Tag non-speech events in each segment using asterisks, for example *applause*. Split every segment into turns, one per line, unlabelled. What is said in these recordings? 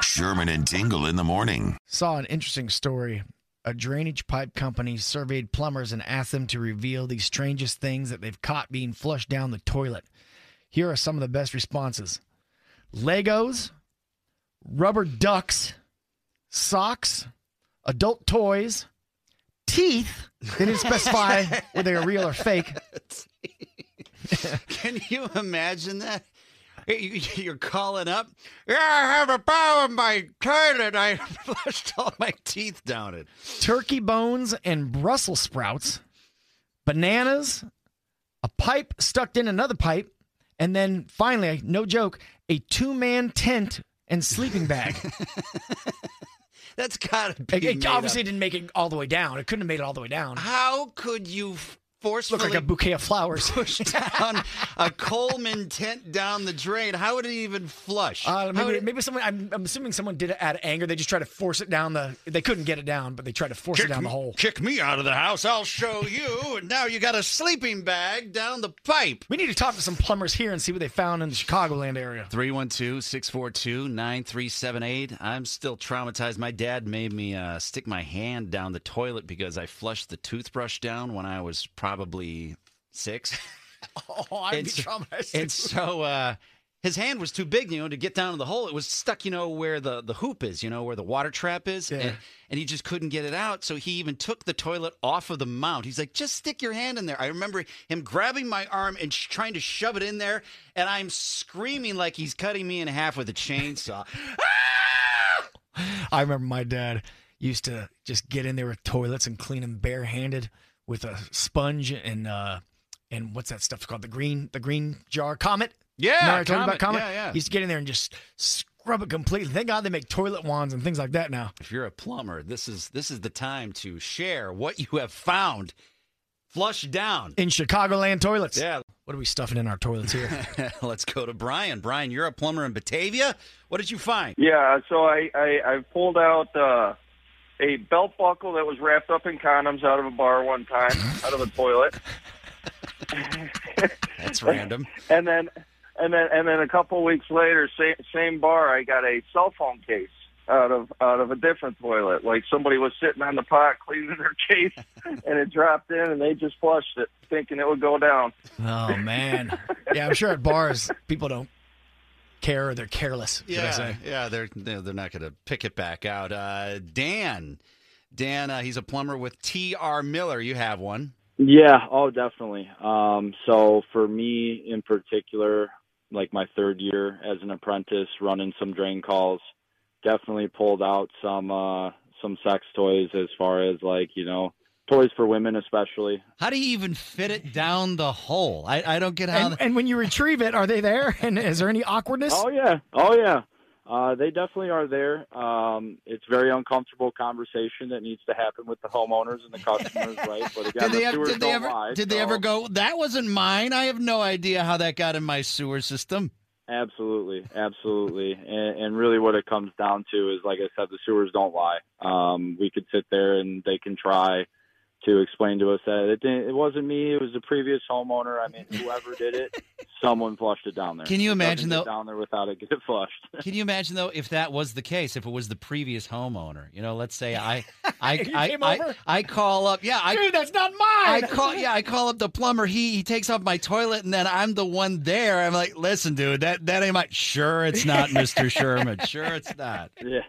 Sherman and Tingle in the morning.
Saw an interesting story. A drainage pipe company surveyed plumbers and asked them to reveal the strangest things that they've caught being flushed down the toilet. Here are some of the best responses Legos, rubber ducks, socks, adult toys, teeth. They didn't specify whether they're real or fake.
Can you imagine that? You- *laughs* You're calling up. Yeah, I have a bow in my toilet. I *laughs* flushed all my teeth down it.
turkey bones and Brussels sprouts, bananas, a pipe stuck in another pipe, and then finally, no joke, a two man tent and sleeping bag. *laughs*
That's gotta be.
it, it
made
obviously
up.
didn't make it all the way down. It couldn't have made it all the way down.
How could you f-
Looked
forcefully
like a bouquet of *laughs* flowers.
push *laughs* down a Coleman tent down the drain? How would it even flush?
*laughs* Uh,
How would
maybe,
it-
maybe someone. I'm, I'm assuming someone did it out of anger. They just tried to force it down the. They couldn't get it down, but they tried to force it down the
me-
hole.
Kick me out of the house. I'll show you. And now you got a sleeping bag down the pipe.
We need to talk to some plumbers here and see what they found in the Chicagoland area.
312 642 9378. I'm still traumatized. My dad made me uh, stick my hand down the toilet because I flushed the toothbrush down when I was probably six.
*laughs*
*laughs*
Oh, I'd
It's-
be traumatized.
and so uh, his hand was too big, you know, to get down to the hole. It was stuck, you know, where the, the hoop is, you know, where the water trap is.
Yeah.
And, and he just couldn't get it out. So he even took the toilet off of the mount. He's like, just stick your hand in there. I remember him grabbing my arm and sh- trying to shove it in there. And I'm screaming like he's cutting me in half with a chainsaw.
*laughs* I remember my dad used to just get in there with toilets and clean them barehanded with a sponge and uh and what's that stuff called the green the green jar comet.
Yeah,
Remember I told you about comet.
Comet. Yeah, yeah.
He used to get in there and just scrub it completely. Thank God they make toilet wands and things like that now.
if you're a plumber, this is this is the time to share what you have found. Flush down.
In Chicagoland toilets.
Yeah.
What are we stuffing in our toilets here?
*laughs* Let's go to Brian. Brian, you're a plumber in Batavia. What did you find?
Yeah, so I, I, I pulled out uh, a belt buckle that was wrapped up in condoms out of a bar one time, out of a toilet,
That's random.
and then and then and then a couple weeks later, same, same bar, I got a cell phone case out of out of a different toilet. Like somebody was sitting on the pot cleaning their *laughs* case, and it dropped in, and they just flushed it, thinking it would go down.
oh man. Yeah, I'm sure at bars people don't care or they're careless. should I
Yeah,
say.
yeah, they're they're they're not going to pick it back out. Uh, Dan, Dan, uh, he's a plumber with T.R. Miller. You have one.
Yeah, oh, definitely. Um, so for me in particular, like my third year as an apprentice, running some drain calls, definitely pulled out some uh, some sex toys as far as like you know toys for women especially.
How do you even fit it down the hole? I, I don't get how.
And, and when you retrieve it, are they there? And is there any awkwardness?
Oh yeah, oh yeah. Uh, they definitely are there. Um, it's very uncomfortable conversation that needs to happen with the homeowners and
*laughs*
the customers, right? But again, the sewers don't lie, so-
go? That wasn't mine. I have no idea how that got in my sewer system.
Absolutely, absolutely, and, and really, what it comes down to is, like I said, the sewers don't lie. Um, we could sit there and they can try to explain to us that it didn't, it wasn't me; it was the previous homeowner. I mean, whoever did it,
*laughs*
someone flushed it down there.
Can you
It doesn't
imagine,
get
though-
down there without it getting flushed?
Can you imagine though if that was the case? If it was the previous homeowner, you know, let's
*laughs*
say I, I,
You
I,
came
I,
over?
I call up, yeah, I,
Dude, that's not mine.
I call, yeah, I call up the plumber. He he takes off my toilet, and then I'm the one there. I'm like, listen, dude, that that ain't my. Sure, it's
*laughs*
not, Mister Sherman. Sure, it's not.
Yeah,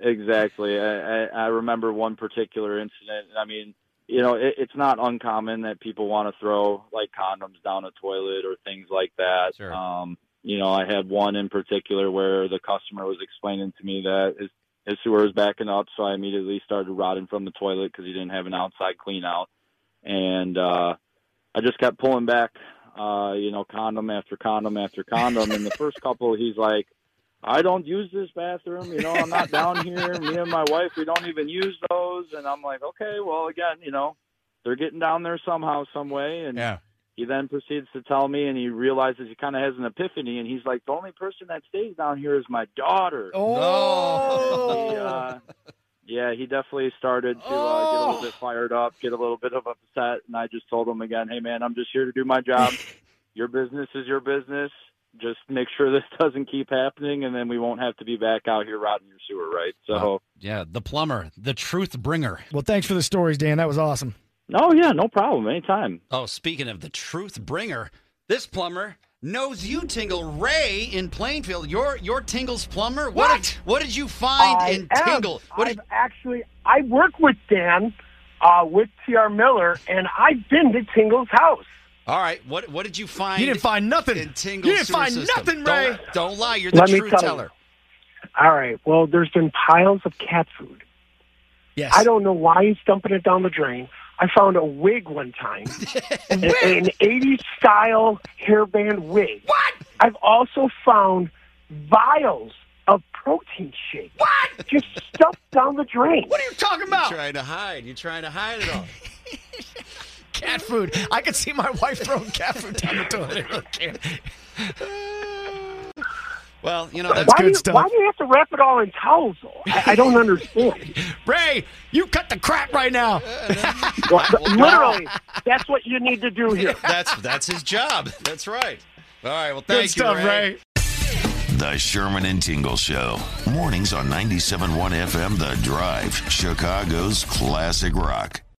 exactly. I, I, I remember one particular incident. I mean, you know, it, it's not uncommon that people want to throw like condoms down a toilet or things like that.
Sure.
Um, you know, I had one in particular where the customer was explaining to me that his, his sewer was backing up, so I immediately started rotting from the toilet because he didn't have an outside clean out, and uh, I just kept pulling back. Uh, you know, condom after condom after condom, and the first couple, he's like, I don't use this bathroom. You know, I'm not down here. Me and my wife, we don't even use those. And I'm like, okay, well, again, you know, they're getting down there somehow, some way. And
Yeah.
he then proceeds to tell me, and he realizes he kind of has an epiphany, and he's like, the only person that stays down here is my daughter.
Oh,
*laughs*
He, uh, yeah, he definitely started to uh, get a little bit fired up, get a little bit of upset, and I just told him again, "Hey, man, I'm just here to do my job. your business is your business. Just make sure this *laughs* doesn't keep happening, and then we won't have to be back out here rotting your sewer, right?" So,
Oh.
Wow. Yeah, the plumber, the truth bringer.
well, thanks for the stories, Dan. That was awesome.
no, yeah, no problem, anytime.
Oh, speaking of the truth bringer, this plumber knows you, Tingle Ray in Plainfield. Your your Tingle's plumber. What? What did, what did you find
I
in
am.
Tingle? What
I've
did,
actually I work with Dan uh, with TR Miller, and I've been to Tingle's house.
all right. What what did you find?
You didn't find nothing.
in
You
Tingle's
didn't
sewer
find
system?
nothing, Ray.
Don't, don't lie. You're the
Let me
truth
tell you.
teller.
All right. Well, there's been piles of cat food.
Yes.
I don't know why he's dumping it down the drain. I found a wig one *laughs* time, an, an 80s style hairband wig. What? I've also found vials of protein shake. What? Just stuffed down the drain.
What are you talking
You're
about?
trying to hide. You're trying to hide it all.
Cat food. I could see my wife throwing cat food down the toilet. *laughs* I really can't.
well, you know that's
why,
good
do you,
stuff.
why do you have to wrap it all in towels? Though? I, I don't *laughs* understand.
Ray, you cut the crap right now.
Well, Literally, that's what you need to do *laughs* here.
that's that's his job. That's right. All right. Well,
Good
thank you,
stuff, Ray.
The Sherman and Tingle Show. Mornings on 97.1 FM The Drive, Chicago's classic rock.